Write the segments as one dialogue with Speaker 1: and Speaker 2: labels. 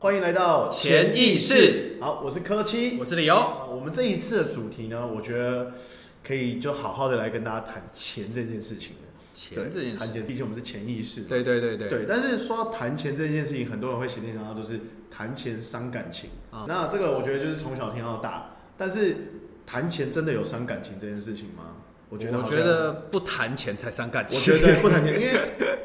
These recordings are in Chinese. Speaker 1: 欢迎来到
Speaker 2: 潜意识。
Speaker 1: 好，我是柯七
Speaker 2: 我。是李由。
Speaker 1: 啊我们这一次的主题呢，我觉得可以就好好的来跟大家谈钱这件事情了。对
Speaker 2: 钱这件
Speaker 1: 谈
Speaker 2: 事，
Speaker 1: 钱，毕竟我们是潜意识。
Speaker 2: 对对对对
Speaker 1: 对，但是说到谈钱这件事情，很多人会想想到都是谈钱伤感情
Speaker 2: 啊
Speaker 1: 那这个我觉得就是从小听到大，但是谈钱真的有伤感情这件事情吗？我觉得
Speaker 2: 我
Speaker 1: 好像
Speaker 2: 觉得不谈钱才伤感
Speaker 1: 我
Speaker 2: 情。
Speaker 1: 觉得不谈钱，因为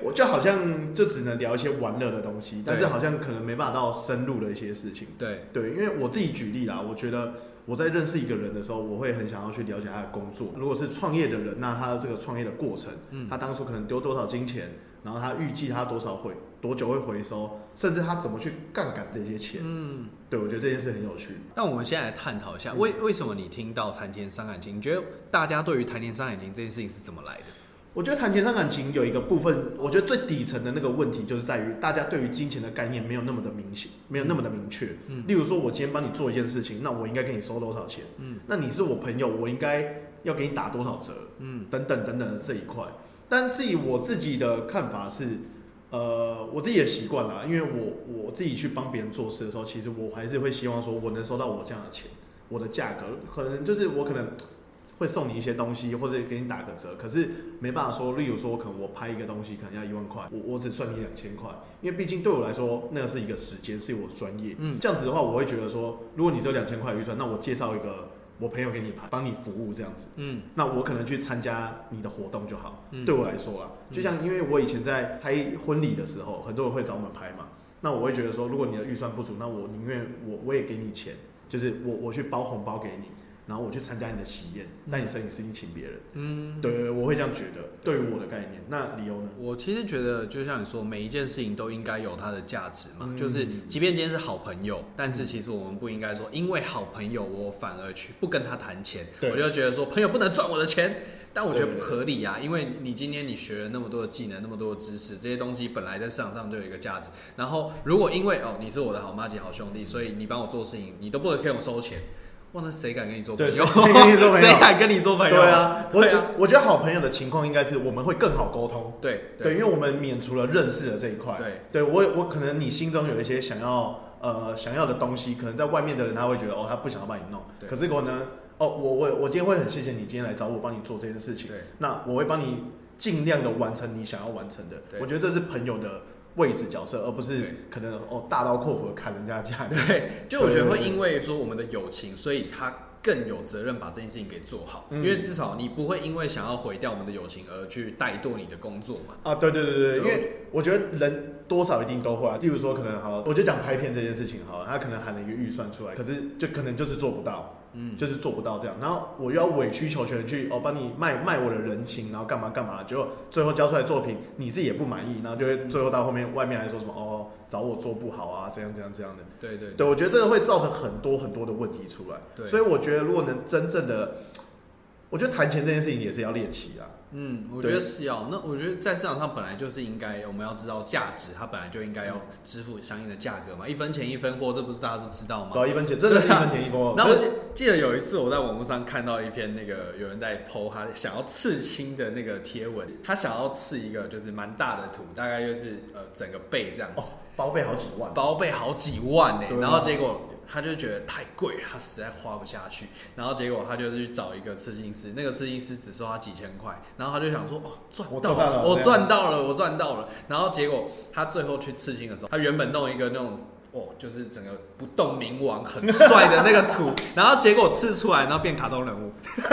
Speaker 1: 我就好像就只能聊一些玩乐的东西，但是
Speaker 2: 对
Speaker 1: 好像可能没办法到深入的一些事情。
Speaker 2: 对，
Speaker 1: 对，因为我自己举例啦，我觉得我在认识一个人的时候，我会很想要去了解他的工作。如果是创业的人，那他的这个创业的过程，
Speaker 2: 嗯
Speaker 1: 他当初可能丢多少金钱，然后他预计他多少会多久会回收，甚至他怎么去杠杆这些钱。
Speaker 2: 嗯。
Speaker 1: 对，我觉得这件事很有趣。
Speaker 2: 那我们现在来探讨一下，
Speaker 1: 嗯
Speaker 2: 为为什么你听到谈钱伤感情？你觉得大家对于谈钱伤感情这件事情是怎么来的？
Speaker 1: 我觉得谈钱伤感情有一个部分，我觉得最底层的那个问题就是在于大家对于金钱的概念没有那么的明显，没有那么的明确。
Speaker 2: 嗯
Speaker 1: 例如说，我今天帮你做一件事情，那我应该给你收多少钱？
Speaker 2: 嗯，
Speaker 1: 那你是我朋友，我应该要给你打多少折？
Speaker 2: 嗯，
Speaker 1: 等等等等的这一块。但自己我自己的看法是，呃，我自己的习惯啦，因为我我自己去帮别人做事的时候，其实我还是会希望说我能收到我这样的钱，我的价格可能就是我可能会送你一些东西，或者给你打个折，可是没办法说，例如说我可能我拍一个东西可能要一万块，我我只赚你两千块，因为毕竟对我来说那个是一个时间，是我专业，
Speaker 2: 嗯
Speaker 1: 这样子的话，我会觉得说，如果你只有两千块预算，那我介绍一个我朋友给你拍，帮你服务这样子。
Speaker 2: 嗯
Speaker 1: 那我可能去参加你的活动就好。
Speaker 2: 嗯
Speaker 1: 对我来说啦，就像因为我以前在拍婚礼的时候，很多人会找我们拍嘛，那我会觉得说，如果你的预算不足，那我宁愿我我也给你钱，就是我我去包红包给你，然后我去参加你的喜宴，但你生你事情请别人。
Speaker 2: 嗯，
Speaker 1: 对对对，我会这样觉得。对于我的概念，那理由呢？
Speaker 2: 我其实觉得，就像你说，每一件事情都应该有它的价值嘛。
Speaker 1: 嗯
Speaker 2: 就是，即便今天是好朋友，但是其实我们不应该说，因为好朋友我反而去不跟他谈钱，
Speaker 1: 对
Speaker 2: 我就觉得说朋友不能赚我的钱。但我觉得
Speaker 1: 对
Speaker 2: 不合理啊，因为你今天你学了那么多的技能，那么多的知识，这些东西本来在市场上就有一个价值。然后如果因为哦你是我的好妈姐、好兄弟，所以你帮我做事情，你都不能给我收钱，哇，那谁敢跟你做朋
Speaker 1: 对
Speaker 2: 友？
Speaker 1: 谁敢跟你做朋友
Speaker 2: 谁敢跟你做朋友？
Speaker 1: 对啊，我
Speaker 2: 对啊，
Speaker 1: 我觉得好朋友的情况应该是我们会更好沟通。
Speaker 2: 对
Speaker 1: 对，因为我们免除了认识的这一块。
Speaker 2: 对，
Speaker 1: 对我有我可能你心中有一些想要呃想要的东西，可能在外面的人他会觉得哦，他不想要帮你弄，
Speaker 2: 对
Speaker 1: 可是我呢，哦，我我我今天会很谢谢你今天来找我帮你做这件事情，
Speaker 2: 对
Speaker 1: 那我会帮你尽量的完成你想要完成的，
Speaker 2: 对
Speaker 1: 我觉得这是朋友的位置角色，而不是
Speaker 2: 对
Speaker 1: 可能哦大刀阔斧的砍人家家里。
Speaker 2: 对，就我觉得
Speaker 1: 对
Speaker 2: 会因为说我们的友情，所以他更有责任把这件事情给做好，
Speaker 1: 嗯
Speaker 2: 因为至少你不会因为想要毁掉我们的友情而去怠惰你的工作嘛。
Speaker 1: 啊，对对对对，
Speaker 2: 对
Speaker 1: 因为我觉得人多少一定都会、啊，例如说可能好了，我就讲拍片这件事情好了，他可能喊了一个预算出来，可是就可能就是做不到，
Speaker 2: 嗯，
Speaker 1: 就是做不到这样，然后我又要委曲求全去哦帮你卖卖我的人情，然后干嘛干嘛，结果最后交出来作品你自己也不满意，然后就会最后到后面外面还说什么哦找我做不好啊，这样这样这样的，
Speaker 2: 对对
Speaker 1: 对，我觉得这个会造成很多很多的问题出来，
Speaker 2: 对
Speaker 1: 所以我觉得如果能真正的，我觉得谈钱这件事情也是要练习啊，
Speaker 2: 嗯，我
Speaker 1: 对
Speaker 2: 觉得是要。那我觉得在市场上本来就是应该，我们要知道价值，它本来就应该要支付相应的价格嘛，一分钱一分货，这不是大家都知道吗？
Speaker 1: 搞啊一分钱真的是一分钱一分货，
Speaker 2: 然后我
Speaker 1: 可是
Speaker 2: 记记得有一次我在网络上看到一篇那个有人在 PO 他想要刺青的那个贴文，他想要刺一个就是蛮大的图，大概就是呃整个背这样
Speaker 1: 哦
Speaker 2: 子，
Speaker 1: 包备好几万。
Speaker 2: 包背好几万呢、欸
Speaker 1: 对啊
Speaker 2: 然后结果他就觉得太贵了，他实在花不下去，然后结果他就去找一个刺青师，那个刺青师只收他几千块，然后他就想说，哇，哦
Speaker 1: 嗯
Speaker 2: 赚
Speaker 1: 我
Speaker 2: 到
Speaker 1: 赚到了
Speaker 2: 我
Speaker 1: 这样
Speaker 2: 赚到了，我赚到了，然后结果他最后去刺青的时候，他原本弄一个那种。哦，就是整个不动明王很帅的那个 图，然后结果刺出来，然后变卡通人物，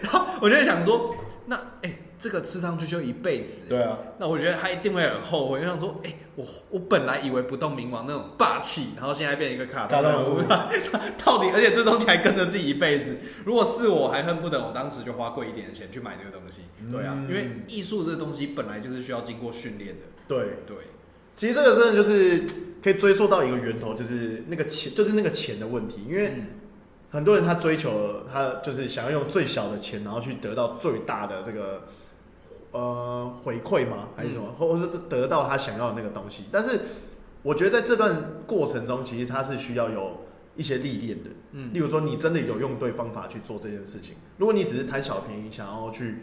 Speaker 2: 然后我就想说，那哎、这个刺上去就一辈子，欸
Speaker 1: 对啊，
Speaker 2: 那我觉得他一定会很后悔，就想说，哎、我我本来以为不动明王那种霸气，然后现在变一个卡通人物，他他到底，而且这东西还跟着自己一辈子。如果是我，还恨不得我当时就花贵一点的钱去买这个东西。对啊，
Speaker 1: 嗯
Speaker 2: 因为艺术这东西本来就是需要经过训练的。
Speaker 1: 对，
Speaker 2: 对，
Speaker 1: 其实这个真的就是可以追溯到一个源头，就是那个钱，就是那个钱的问题。因为
Speaker 2: 嗯
Speaker 1: 很多人他追求了，他就是想要用最小的钱，然后去得到最大的这个呃回馈嘛，还是什么，或或是得到他想要的那个东西。但是我觉得在这段过程中，其实他是需要有一些历练的。
Speaker 2: 嗯
Speaker 1: 例如说，你真的有用对方法去做这件事情。如果你只是贪小便宜，想要去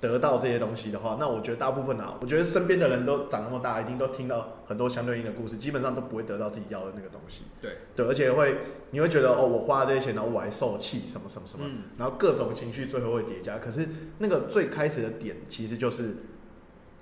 Speaker 1: 得到这些东西的话，那我觉得大部分啊，我觉得身边的人都长那么大，一定都听到很多相对应的故事，基本上都不会得到自己要的那个东西。
Speaker 2: 对，
Speaker 1: 对，而且会你会觉得哦，我花了这些钱，然后我还受气，什么什么什么，
Speaker 2: 嗯
Speaker 1: 然后各种情绪最后会叠加。可是那个最开始的点，其实就是，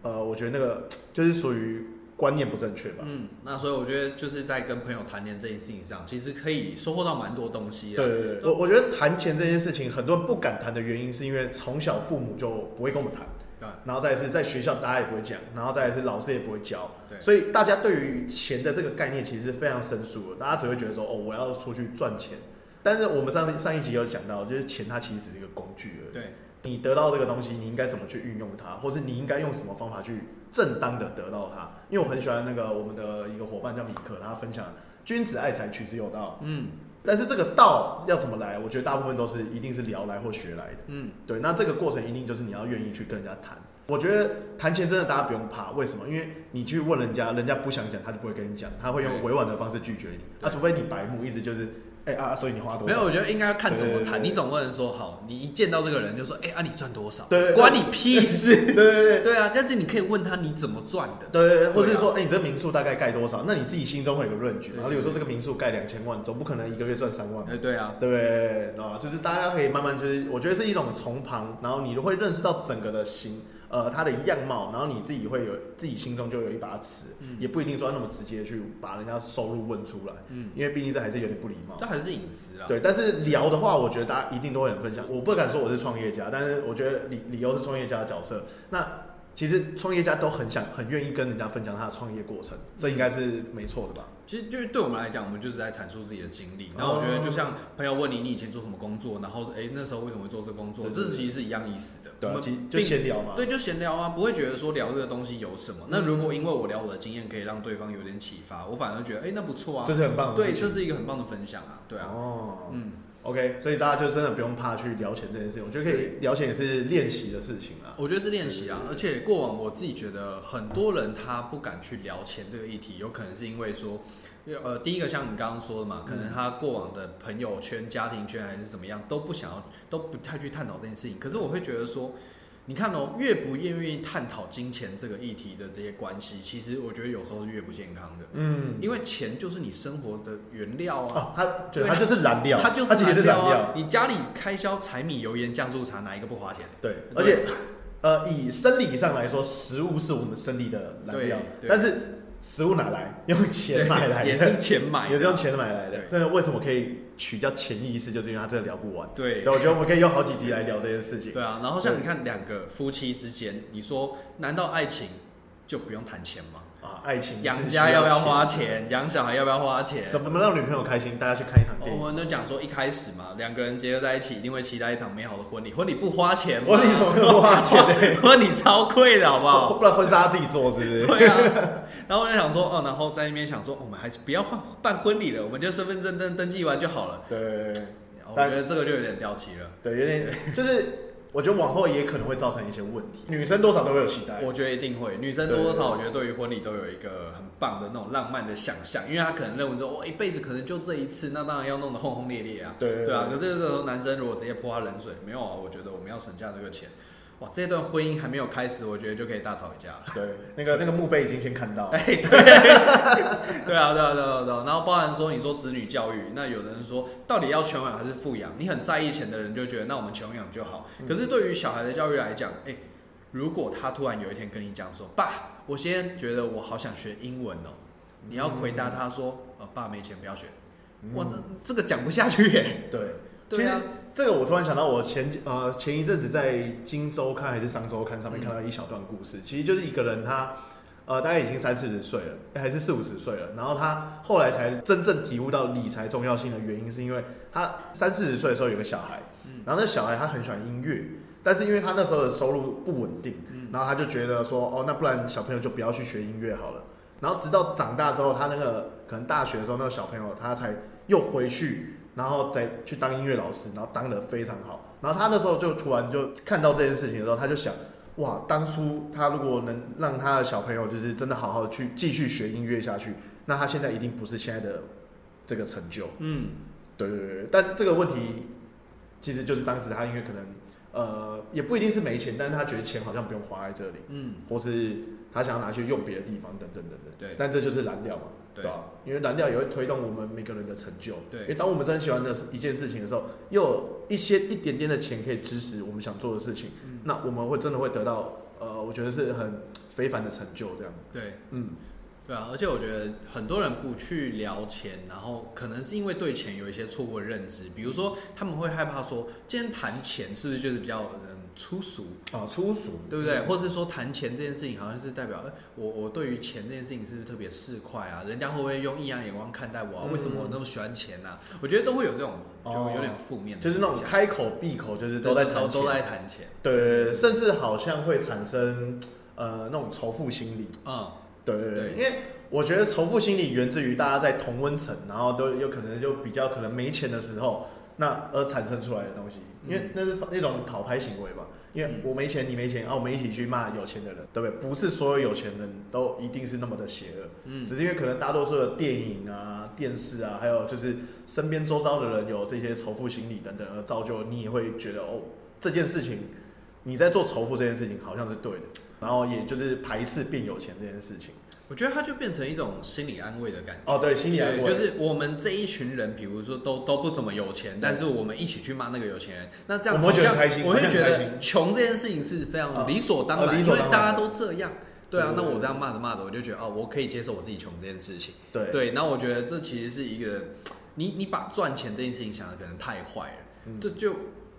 Speaker 1: 呃，我觉得那个就是属于观念不正确吧。
Speaker 2: 嗯，那所以我觉得就是在跟朋友谈恋爱这件事情上，其实可以收获到蛮多东西的。啊
Speaker 1: 对对对，我我觉得谈钱这件事情，很多人不敢谈的原因，是因为从小父母就不会跟我们谈，
Speaker 2: 对
Speaker 1: 然后再来是在学校大家也不会讲，然后再来是老师也不会教，
Speaker 2: 对
Speaker 1: 所以大家对于钱的这个概念其实非常生疏的，大家只会觉得说哦，我要出去赚钱。但是我们上上一集有讲到，就是钱它其实只是一个工具而已。
Speaker 2: 对
Speaker 1: 你得到这个东西，你应该怎么去运用它，或是你应该用什么方法去正当的得到它？因为我很喜欢那个我们的一个伙伴叫米克，他分享“君子爱财，取之有道”。
Speaker 2: 嗯
Speaker 1: 但是这个道要怎么来，我觉得大部分都是一定是聊来或学来的。
Speaker 2: 嗯，
Speaker 1: 对，那这个过程一定就是你要愿意去跟人家谈。我觉得谈钱真的大家不用怕，为什么？因为你去问人家，人家不想讲，他就不会跟你讲，他会用
Speaker 2: 对
Speaker 1: 委婉的方式拒绝你。啊，除非你白目，一直就是，哎、啊，所以你花多
Speaker 2: 没有，
Speaker 1: 少？
Speaker 2: 我觉得应该要看怎么
Speaker 1: 对对
Speaker 2: 谈。
Speaker 1: 对
Speaker 2: 你总不能说好，你一见到这个人就说，哎、啊你赚多少？
Speaker 1: 对对对
Speaker 2: 关你屁
Speaker 1: 对
Speaker 2: 事。
Speaker 1: 对对
Speaker 2: 对啊，但是你可以问他你怎么赚的。
Speaker 1: 对对对，或
Speaker 2: 对
Speaker 1: 是
Speaker 2: 啊
Speaker 1: 说，哎、你这民宿大概盖多少？那你自己心中会有个论据。
Speaker 2: 对
Speaker 1: 然后，例如说这个民宿盖两千万，总不可能一个月赚三万吧。
Speaker 2: 哎，对啊，
Speaker 1: 对不对？啊，就是大家可以慢慢，就是我觉得是一种从旁，然后你会认识到整个的形，呃，它的样貌，然后你自己会有自己心中就有一把尺，
Speaker 2: 嗯
Speaker 1: 也不一定说要那么直接去把人家收入问出来，
Speaker 2: 嗯，
Speaker 1: 因为毕竟这还是有点不礼貌。
Speaker 2: 这还是隐私啦。
Speaker 1: 对，但是聊的话，我觉得大家一定都会很分享。我不敢说我是创业家，但是我觉得理理由是创业家的角色。那其实创业家都很想、很愿意跟人家分享他的创业过程，这应该是没错的吧？
Speaker 2: 其实就是对我们来讲，我们就是在阐述自己的经历。然后我
Speaker 1: 哦
Speaker 2: 觉得，就像朋友问你你以前做什么工作，然后哎、那时候为什么会做这个工作，
Speaker 1: 对
Speaker 2: 这
Speaker 1: 对对
Speaker 2: 其实是一样意思的。
Speaker 1: 对、
Speaker 2: 我
Speaker 1: 啊，
Speaker 2: 们
Speaker 1: 其就
Speaker 2: 并
Speaker 1: 闲聊嘛。
Speaker 2: 对，就闲聊啊，不会觉得说聊这个东西有什么。那
Speaker 1: 嗯
Speaker 2: 如果因为我聊我的经验可以让对方有点启发，我反而觉得哎、那不错啊
Speaker 1: 这。是很棒的
Speaker 2: 对，
Speaker 1: 事情
Speaker 2: 这是一个很棒的分享啊。对啊，
Speaker 1: 哦，
Speaker 2: 嗯，
Speaker 1: OK，所以大家就真的不用怕去聊钱这件事情，我觉得可以聊钱也是练习的事情啊。
Speaker 2: 我觉得是练习啊，而且过往我自己觉得很多人他不敢去聊钱这个议题，有可能是因为说，呃，第一个像你刚刚说的嘛，可
Speaker 1: 嗯
Speaker 2: 能他过往的朋友圈、家庭圈还是怎么样，都不想要，都不太去探讨这件事情。可是我会觉得说，你看哦，越不愿意探讨金钱这个议题的这些关系，其实我觉得有时候是越不健康的，
Speaker 1: 嗯，
Speaker 2: 因为钱就是你生活的原料啊。
Speaker 1: 哦，他对他就是燃哦料，
Speaker 2: 它就是
Speaker 1: 其实是燃
Speaker 2: 料啊！，你家里开销柴米油盐酱醋茶，哪一个不花钱？
Speaker 1: 对，
Speaker 2: 对
Speaker 1: 而且呃，以生理上来说，食物是我们生理的燃料，
Speaker 2: 对对
Speaker 1: 但是食物哪来？用钱买来
Speaker 2: 对也
Speaker 1: 的
Speaker 2: 是，钱买的，
Speaker 1: 也是用钱买来的
Speaker 2: 对。
Speaker 1: 真的，为什么可以取叫潜意识，就是因为他真的聊不完。
Speaker 2: 对
Speaker 1: 对，我觉得我们可以用好几集来聊这件事情。
Speaker 2: 对啊，然后像你看两个夫妻之间，你说难道爱情就不用谈钱吗？
Speaker 1: 啊，爱情是
Speaker 2: 养
Speaker 1: 需
Speaker 2: 家要不要
Speaker 1: 钱
Speaker 2: 花？钱？养小孩要不要花钱？哦
Speaker 1: 怎么让女朋友开心？大家去看一场电
Speaker 2: 我
Speaker 1: 影。
Speaker 2: 们都讲说一开始嘛，两个人结合在一起，一定会期待一场美好的婚礼。婚礼不花钱吗，
Speaker 1: 我你怎么不花钱呢？
Speaker 2: 婚礼超贵的好不 好？
Speaker 1: 不然婚纱自己做是不是？
Speaker 2: 对啊，然后我就想说，哦，然后在那边想说，我们还是不要换办婚礼了，我们就身份证登登记完就好了。哦
Speaker 1: 对
Speaker 2: 我觉
Speaker 1: 但
Speaker 2: 得这个就有点掉漆了。
Speaker 1: 对，有点就是，我觉得往后也可能会造成一些问题。女生多少都会有期待，
Speaker 2: 我觉得一定会，女生多多少少，我觉得对于婚礼都有一个很棒的那种浪漫的想象，因为她可能认为说，我一辈子可能就这一次，那当然要弄得轰轰烈烈啊。
Speaker 1: 对
Speaker 2: 对啊，可是这个时候男生如果直接泼她冷水，没有啊，我觉得我们要省下这个钱，哇，这段婚姻还没有开始，我觉得就可以大吵一架了。
Speaker 1: 对，那个那个墓碑已经先看到，
Speaker 2: 哎，对，对啊，对啊，对啊，对啊。然后包含说，你说子女教育，那有的人说到底要穷养还是富养？你很在意钱的人就觉得，那我们穷养就好。可是对于小孩的教育来讲，哎、如果他突然有一天跟你讲说，爸，我现在觉得我好想学英文哦，你要回答他说，呃，爸没钱不要学。
Speaker 1: 嗯
Speaker 2: 哇，那这个讲不下去耶。
Speaker 1: 对，其
Speaker 2: 对
Speaker 1: 实
Speaker 2: 啊
Speaker 1: 这个我突然想到，我前几呃前一阵子在《金周刊》还是《商周刊》上
Speaker 2: 嗯
Speaker 1: 面看到一小段故事，其实就是一个人他呃大概已经三四十岁了，哎还是四五十岁了，然后他后来才真正体悟到理财重要性的原因，是因为他三四十岁的时候有个小孩，
Speaker 2: 嗯
Speaker 1: 然后那小孩他很喜欢音乐。但是因为他那时候的收入不稳定，
Speaker 2: 嗯
Speaker 1: 然后他就觉得说，哦，那不然小朋友就不要去学音乐好了。然后直到长大之后，他那个可能大学的时候，那个小朋友他才又回去，然后再去当音乐老师，然后当得非常好。然后他那时候就突然就看到这件事情的时候，他就想，哇，当初他如果能让他的小朋友就是真的好好去继续学音乐下去，那他现在一定不是现在的这个成就。
Speaker 2: 嗯，
Speaker 1: 对对对，对但这个问题其实就是当时他因为可能呃，也不一定是没钱，但是他觉得钱好像不用花在这里，
Speaker 2: 嗯，
Speaker 1: 或是他想要拿去用别的地方，等等等等。
Speaker 2: 对
Speaker 1: 但这就是蓝调嘛，
Speaker 2: 对
Speaker 1: 吧、啊因为蓝调也会推动我们每个人的成就。
Speaker 2: 对
Speaker 1: 因为当我们真的喜欢的一件事情的时候，又有一些一点点的钱可以支持我们想做的事情，
Speaker 2: 嗯
Speaker 1: 那我们会真的会得到呃，我觉得是很非凡的成就。这样，
Speaker 2: 对
Speaker 1: 嗯，
Speaker 2: 对啊，而且我觉得很多人不去聊钱，然后可能是因为对钱有一些错误的认知，比如说他们会害怕说，今天谈钱是不是就是比较嗯粗俗，
Speaker 1: 啊，粗俗，
Speaker 2: 对不对？或是说谈钱这件事情，好像是代表，呃我我对于钱这件事情是不是特别市侩啊？人家会不会用异样眼光看待我、啊？
Speaker 1: 嗯
Speaker 2: 为什么我那么喜欢钱呢、啊？我觉得都会有这种，就
Speaker 1: 哦
Speaker 2: 有点负面的
Speaker 1: 就是那种
Speaker 2: 影响
Speaker 1: 开口闭口就是都
Speaker 2: 对
Speaker 1: 在
Speaker 2: 都
Speaker 1: 谈
Speaker 2: 都都
Speaker 1: 钱
Speaker 2: 在谈钱，
Speaker 1: 对对，对甚至好像会产生呃那种仇富心理。
Speaker 2: 嗯，
Speaker 1: 对对对，
Speaker 2: 对
Speaker 1: 因为我觉得仇富心理源自于大家在同温层，然后都有可能就比较可能没钱的时候，那而产生出来的东西，因为
Speaker 2: 嗯
Speaker 1: 那是那种讨拍行为吧。因为
Speaker 2: 嗯
Speaker 1: 我没钱，你没钱，啊，我们一起去骂有钱的人，对不对？不是所有有钱人都一定是那么的邪恶，
Speaker 2: 嗯
Speaker 1: 只是因为可能大多数的电影啊、电视啊，还有就是身边周遭的人有这些仇富心理等等，而造就你也会觉得哦，这件事情你在做仇富这件事情好像是对的，然后也就是排斥变有钱这件事情。
Speaker 2: 我觉得它就变成一种心理安慰的感觉。
Speaker 1: 哦，对，心理安慰
Speaker 2: 对，就是我们这一群人，比如说都都不怎么有钱，但是我们一起去骂那个有钱人，那这样
Speaker 1: 我们会觉得
Speaker 2: 好像
Speaker 1: 很开心
Speaker 2: 我会觉
Speaker 1: 好像很开
Speaker 2: 得穷这件事情是非
Speaker 1: 啊
Speaker 2: 常理所当
Speaker 1: 啊
Speaker 2: 然，
Speaker 1: 理
Speaker 2: 因
Speaker 1: 所
Speaker 2: 为
Speaker 1: 当然
Speaker 2: 大家都这样。对啊，
Speaker 1: 对
Speaker 2: 那
Speaker 1: 对
Speaker 2: 我
Speaker 1: 对
Speaker 2: 这样骂着骂着，我就觉得哦，我可以接受我自己穷这件事情。
Speaker 1: 对
Speaker 2: 对，那我觉得这其实是一个，你你把赚钱这件事情想的可能太坏了
Speaker 1: 嗯，
Speaker 2: 这、就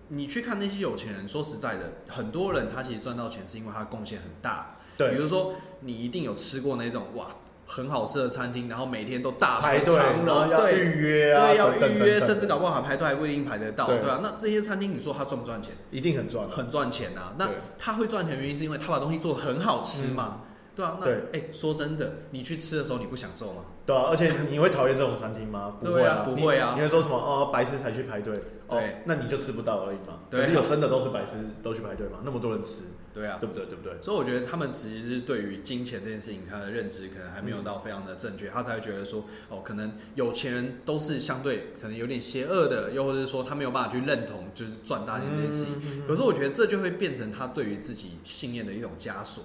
Speaker 2: 你去看那些有钱人，说实在的，很多人他其实赚到钱是因为他的贡献很大，比
Speaker 1: 对
Speaker 2: 如说你一定有吃过那种哇很好吃的餐厅，然后每天都大
Speaker 1: 排
Speaker 2: 排
Speaker 1: 队，
Speaker 2: 长
Speaker 1: 然后
Speaker 2: 龙，
Speaker 1: 要
Speaker 2: 对
Speaker 1: 预约啊，
Speaker 2: 对，要
Speaker 1: 等等
Speaker 2: 预
Speaker 1: 等
Speaker 2: 约，
Speaker 1: 等
Speaker 2: 甚至搞不好还排队还不一定排得到，
Speaker 1: 对
Speaker 2: 对啊。那这些餐厅你说它赚不赚钱？
Speaker 1: 一定很赚啊。
Speaker 2: 很赚钱啊。那
Speaker 1: 对嗯
Speaker 2: 它会赚钱的原因是因为它把东西做得很好吃嘛，对啊。那
Speaker 1: 对
Speaker 2: 哎、说真的，你去吃的时候你不享受吗？
Speaker 1: 对啊，而且你会讨厌这种餐厅吗？不会
Speaker 2: 对啊不会啊
Speaker 1: 你你会说什么？哦，白痴才去排队，哦
Speaker 2: 对，
Speaker 1: 那你就吃不到而已嘛。
Speaker 2: 对啊
Speaker 1: 可是有真的都是白痴都去排队吗？那么多人吃，
Speaker 2: 对啊。
Speaker 1: 对不对？对不对？
Speaker 2: 所以我觉得他们其实是对于金钱这件事情，他的认知可能还没有到非常的正确，他才会觉得说，哦，可能有钱人都是相对可能有点邪恶的，又或者是说他没有办法去认同就是赚大钱这件事情。
Speaker 1: 嗯
Speaker 2: 可是我觉得这就会变成他对于自己信念的一种枷锁。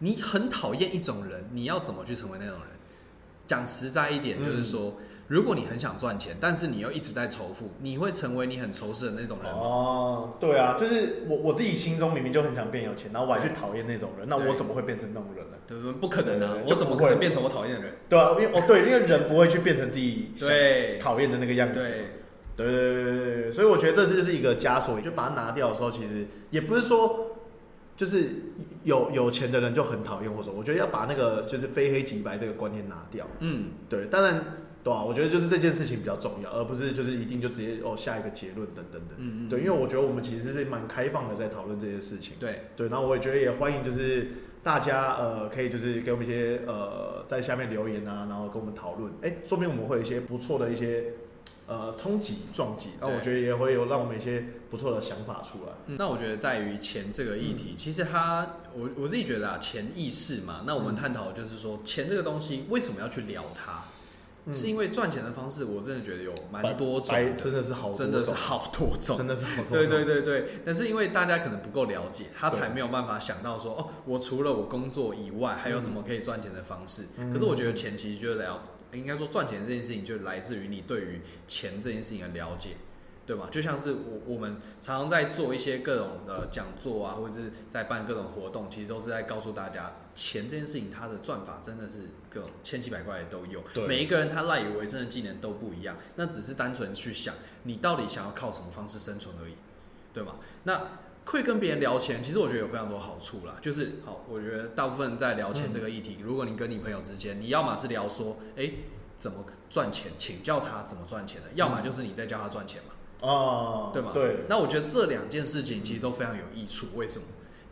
Speaker 2: 你很讨厌一种人，你要怎么去成为那种人？讲实在一点，
Speaker 1: 嗯
Speaker 2: 就是说，如果你很想赚钱，但是你又一直在仇富，你会成为你很仇视的那种人吗。
Speaker 1: 哦，对啊，就是我我自己心中明明就很想变有钱，然后我还去讨厌那种人，那我
Speaker 2: 对
Speaker 1: 怎么会变成那种人呢？
Speaker 2: 对不对？不可能啊
Speaker 1: 对！对对
Speaker 2: 我怎
Speaker 1: 就
Speaker 2: 么
Speaker 1: 不
Speaker 2: 可
Speaker 1: 会
Speaker 2: 能变成我讨厌的人？
Speaker 1: 对啊，因为哦对，因为人不会去变成自己想
Speaker 2: 对
Speaker 1: 讨厌的那个样子。
Speaker 2: 对，
Speaker 1: 对对对对对对，所以我觉得这就是一个枷锁，就把它拿掉的时候，其实也不是说就是有有钱的人就很讨厌或者什么，我觉得要把那个就是非黑即白这个观念拿掉。
Speaker 2: 嗯，
Speaker 1: 对，当然对啊，我觉得就是这件事情比较重要，而不是就是一定就直接哦下一个结论等等的。
Speaker 2: 嗯嗯
Speaker 1: 对，因为我觉得我们其实是蛮开放的在讨论这件事情。
Speaker 2: 对，
Speaker 1: 对，然后我也觉得也欢迎就是大家呃可以就是给我们一些呃在下面留言啊，然后跟我们讨论，哎，说不定我们会有一些不错的一些呃冲击撞击，那
Speaker 2: 对
Speaker 1: 我觉得也会有让我们一些不错的想法出来。
Speaker 2: 嗯那我觉得在于钱这个议
Speaker 1: 嗯
Speaker 2: 题，其实它我我自己觉得啊，潜意识嘛，那我们探讨的就是说，钱这个东西为什么要去聊它？
Speaker 1: 嗯
Speaker 2: 是因为赚钱的方式，我真的觉得有
Speaker 1: 白
Speaker 2: 蛮多种
Speaker 1: 白
Speaker 2: 的，
Speaker 1: 真的是好多
Speaker 2: 真的是
Speaker 1: 种
Speaker 2: 好多种
Speaker 1: 真。的是好多
Speaker 2: 对
Speaker 1: 种
Speaker 2: 对对对，但是因为大家可能不够了解，他
Speaker 1: 对
Speaker 2: 才没有办法想到说，哦，我除了我工作以外，还有什么可以赚钱的方式？
Speaker 1: 嗯
Speaker 2: 可是我觉得钱其实就是了，应该说赚钱这件事情就来自于你对于钱这件事情的了解。对吗？就像是我我们常常在做一些各种的讲座啊，或者是在办各种活动，其实都是在告诉大家，钱这件事情它的赚法真的是各种千奇百怪的都有。
Speaker 1: 对
Speaker 2: 每一个人他赖以为生的技能都不一样，那只是单纯去想你到底想要靠什么方式生存而已，对吗？那会跟别人聊钱，其实我觉得有非常多好处啦。就是好，我觉得大部分在聊钱这个议题，如果你跟你朋友之间，你要么是聊说，哎、怎么赚钱，请教他怎么赚钱的；要么就是你在教他赚钱嘛，
Speaker 1: 啊，
Speaker 2: 对吗？
Speaker 1: 对，
Speaker 2: 那我觉得这两件事情其实都非常有益处。为什么？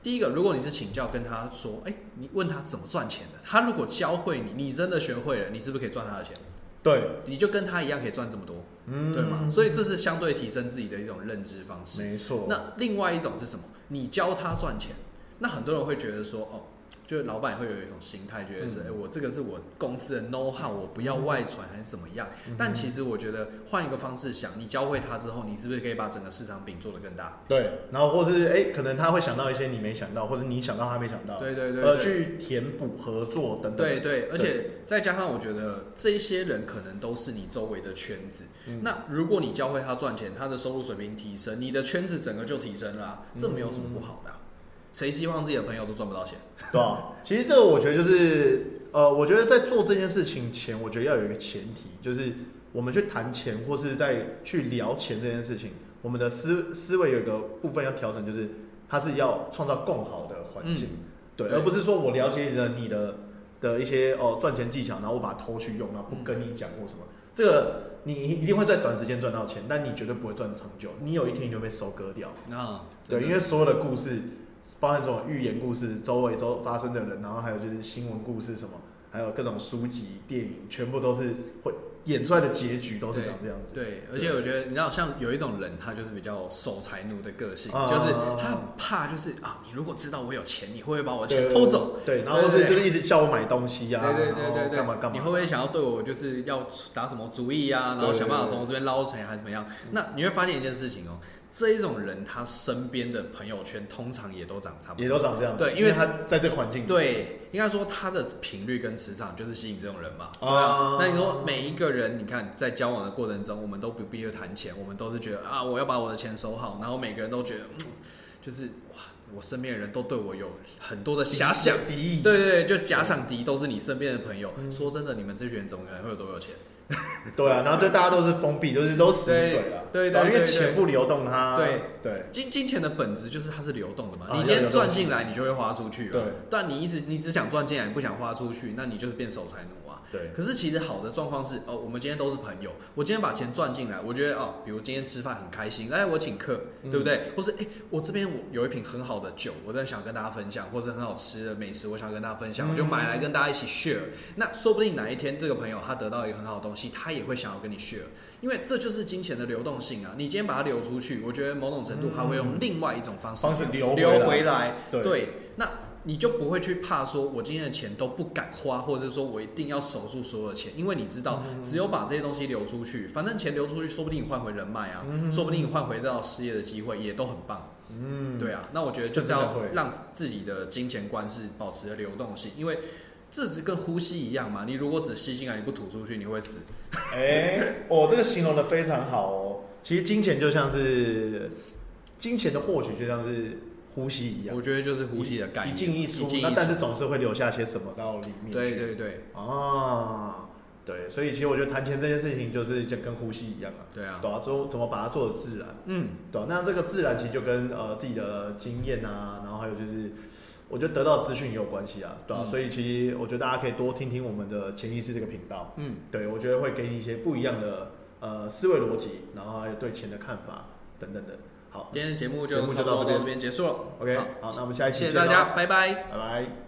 Speaker 2: 第一个，如果你是请教，跟他说，哎、你问他怎么赚钱的，他如果教会你，你真的学会了，你是不是可以赚他的钱？
Speaker 1: 对，
Speaker 2: 你就跟他一样可以赚这么多，
Speaker 1: 嗯，
Speaker 2: 对吗？所以这是相对提升自己的一种认知方式。
Speaker 1: 没错，
Speaker 2: 那另外一种是什么？你教他赚钱，那很多人会觉得说，哦，就老板也会有一种心态，觉得是，哎、
Speaker 1: 嗯
Speaker 2: 我这个是我公司的 know how，我不要外传还是怎么样？
Speaker 1: 嗯
Speaker 2: 但其实我觉得换一个方式想，你教会他之后，你是不是可以把整个市场饼做得更大？
Speaker 1: 对，然后或是哎、可能他会想到一些你没想到，或者你想到他没想到，
Speaker 2: 对对对
Speaker 1: 而
Speaker 2: 对
Speaker 1: 啊呃去填补合作等等。
Speaker 2: 对对，
Speaker 1: 对
Speaker 2: 而且再加上我觉得这些人可能都是你周围的圈子，
Speaker 1: 嗯
Speaker 2: 那如果你教会他赚钱，他的收入水平提升，你的圈子整个就提升了啊、这没有什么不好的啊、谁希望自己的朋友都赚不到钱？
Speaker 1: 对啊，其实这个我觉得就是，呃，我觉得在做这件事情前，我觉得要有一个前提，就是我们去谈钱或是在去聊钱这件事情，我们的思思维有一个部分要调整，就是它是要创造更好的环境，对，
Speaker 2: 对
Speaker 1: 而不是说我了解了你的的一些哦赚钱技巧，然后我把它偷去用，然后不跟你讲或什么，这个你一定会在短时间赚到钱，但你绝对不会赚长久，你有一天你就被收割掉。
Speaker 2: 啊，
Speaker 1: 对，
Speaker 2: 真
Speaker 1: 因
Speaker 2: 的
Speaker 1: 为所有的故事，包含这种寓言故事、周围周发生的人，然后还有就是新闻故事什么，还有各种书籍、电影，全部都是会演出来的结局都是长这样子。
Speaker 2: 对，而且我觉得你知道，像有一种人，他就是比较守财奴的个性，
Speaker 1: 啊
Speaker 2: 就是他很怕，就是啊，你如果知道我有钱，你会不会把我的
Speaker 1: 对
Speaker 2: 钱偷走？
Speaker 1: 对，然后都是
Speaker 2: 对对
Speaker 1: 就是一直叫我买东西
Speaker 2: 对
Speaker 1: 呀、啊，
Speaker 2: 对对对
Speaker 1: 然后
Speaker 2: 对，
Speaker 1: 干嘛干嘛，
Speaker 2: 你会不会想要对我就是要打什么主意啊？然后
Speaker 1: 对嗯
Speaker 2: 想办法
Speaker 1: 对对
Speaker 2: 从我这边捞钱还是怎么样？那你会发现一件事情哦，这一种人他身边的朋友圈通常也都长差不
Speaker 1: 也
Speaker 2: 多。
Speaker 1: 都长这样子。
Speaker 2: 对因
Speaker 1: 因
Speaker 2: 为
Speaker 1: 他在这个环境里，
Speaker 2: 对，应该说他的频率跟磁场就是吸引这种人嘛。对
Speaker 1: 啊
Speaker 2: 啊，那你说每一个人，你看在交往的过程中，我们都不必要谈钱，我们都是觉得啊，我要把我的钱收好，然后每个人都觉得，嗯、就是哇，我身边的人都对我有很多的遐想。
Speaker 1: 敌意，
Speaker 2: 对对对，就假想敌都是你身边的朋友。说真的，你们这群人怎么可能会有多有钱？
Speaker 1: 对啊，然后就大家都是封闭，就是都死水了，
Speaker 2: 对对
Speaker 1: 啊
Speaker 2: 对
Speaker 1: 因为
Speaker 2: 对
Speaker 1: 钱不流动，它
Speaker 2: 对
Speaker 1: 对
Speaker 2: 金金钱的本质就是它是哦流动的嘛，
Speaker 1: 啊
Speaker 2: 你今天赚进来，你就会花出去、啊。
Speaker 1: 对，
Speaker 2: 但你一直你只想赚进来，你不想花出去，那你就是变守财奴啊。
Speaker 1: 对
Speaker 2: 可是其实好的状况是，哦，我们今天都是朋友，我今天把钱赚进来，我觉得哦，比如今天吃饭很开心，哎，我请客，
Speaker 1: 嗯
Speaker 2: 对不对？或是哎，我这边我有一瓶很好的酒，我在想跟大家分享，或是很好吃的美食，我想跟大家分享，
Speaker 1: 嗯
Speaker 2: 我就买来跟大家一起 share。那说不定哪一天这个朋友他得到一个很好的东西，他也会想要跟你 share。因为这就是金钱的流动性啊！你今天把它流出去，我觉得某种程度他会用另外一种方
Speaker 1: 嗯
Speaker 2: 式
Speaker 1: 方式啊流回
Speaker 2: 流
Speaker 1: 来
Speaker 2: 回来。
Speaker 1: 对
Speaker 2: 那你就不会去怕说，我今天的钱都不敢花，或者是说我一定要守住所有的钱，因为你知道，
Speaker 1: 嗯
Speaker 2: 只有把这些东西流出去，反正钱流出去，说不定你换回人脉啊，说不定你换回到事业的机会也都很棒。
Speaker 1: 嗯，
Speaker 2: 对啊，那我觉得就
Speaker 1: 这
Speaker 2: 是
Speaker 1: 真的
Speaker 2: 要
Speaker 1: 会
Speaker 2: 让自己的金钱观是保持着流动性，因为这是跟呼吸一样嘛，你如果只吸进来你不吐出去，你会死。
Speaker 1: 哎、哦，这个形容的非常好哦。其实金钱就像是金钱的获取，就像是呼吸一样
Speaker 2: 我，觉得就是呼吸的概
Speaker 1: 一
Speaker 2: 念，
Speaker 1: 进一出，那但是总是会留下些什么到里面去。
Speaker 2: 对对对
Speaker 1: 啊，对，所以其实我觉得谈钱这件事情就是就跟呼吸一样啊，
Speaker 2: 对啊，
Speaker 1: 对啊，怎么怎么把它做的自然，
Speaker 2: 嗯，
Speaker 1: 对、啊，那这个自然其实就跟呃自己的经验啊，然后还有就是。我觉得得到资讯也有关系啊，对啊，
Speaker 2: 嗯
Speaker 1: 所以其实我觉得大家可以多听听我们的潜意识这个频道，
Speaker 2: 嗯，
Speaker 1: 对，我觉得会给你一些不一样的呃思维逻辑，然后还有对钱的看法等等的。好
Speaker 2: 今天的节目
Speaker 1: 节
Speaker 2: 就
Speaker 1: 目就
Speaker 2: 差不
Speaker 1: 到
Speaker 2: 多
Speaker 1: 这边
Speaker 2: 到这边结束了。
Speaker 1: ，OK，
Speaker 2: 好
Speaker 1: 好，那我们下一期
Speaker 2: 谢
Speaker 1: 见啊
Speaker 2: 谢大
Speaker 1: 咯，
Speaker 2: 家，拜拜。
Speaker 1: 拜拜。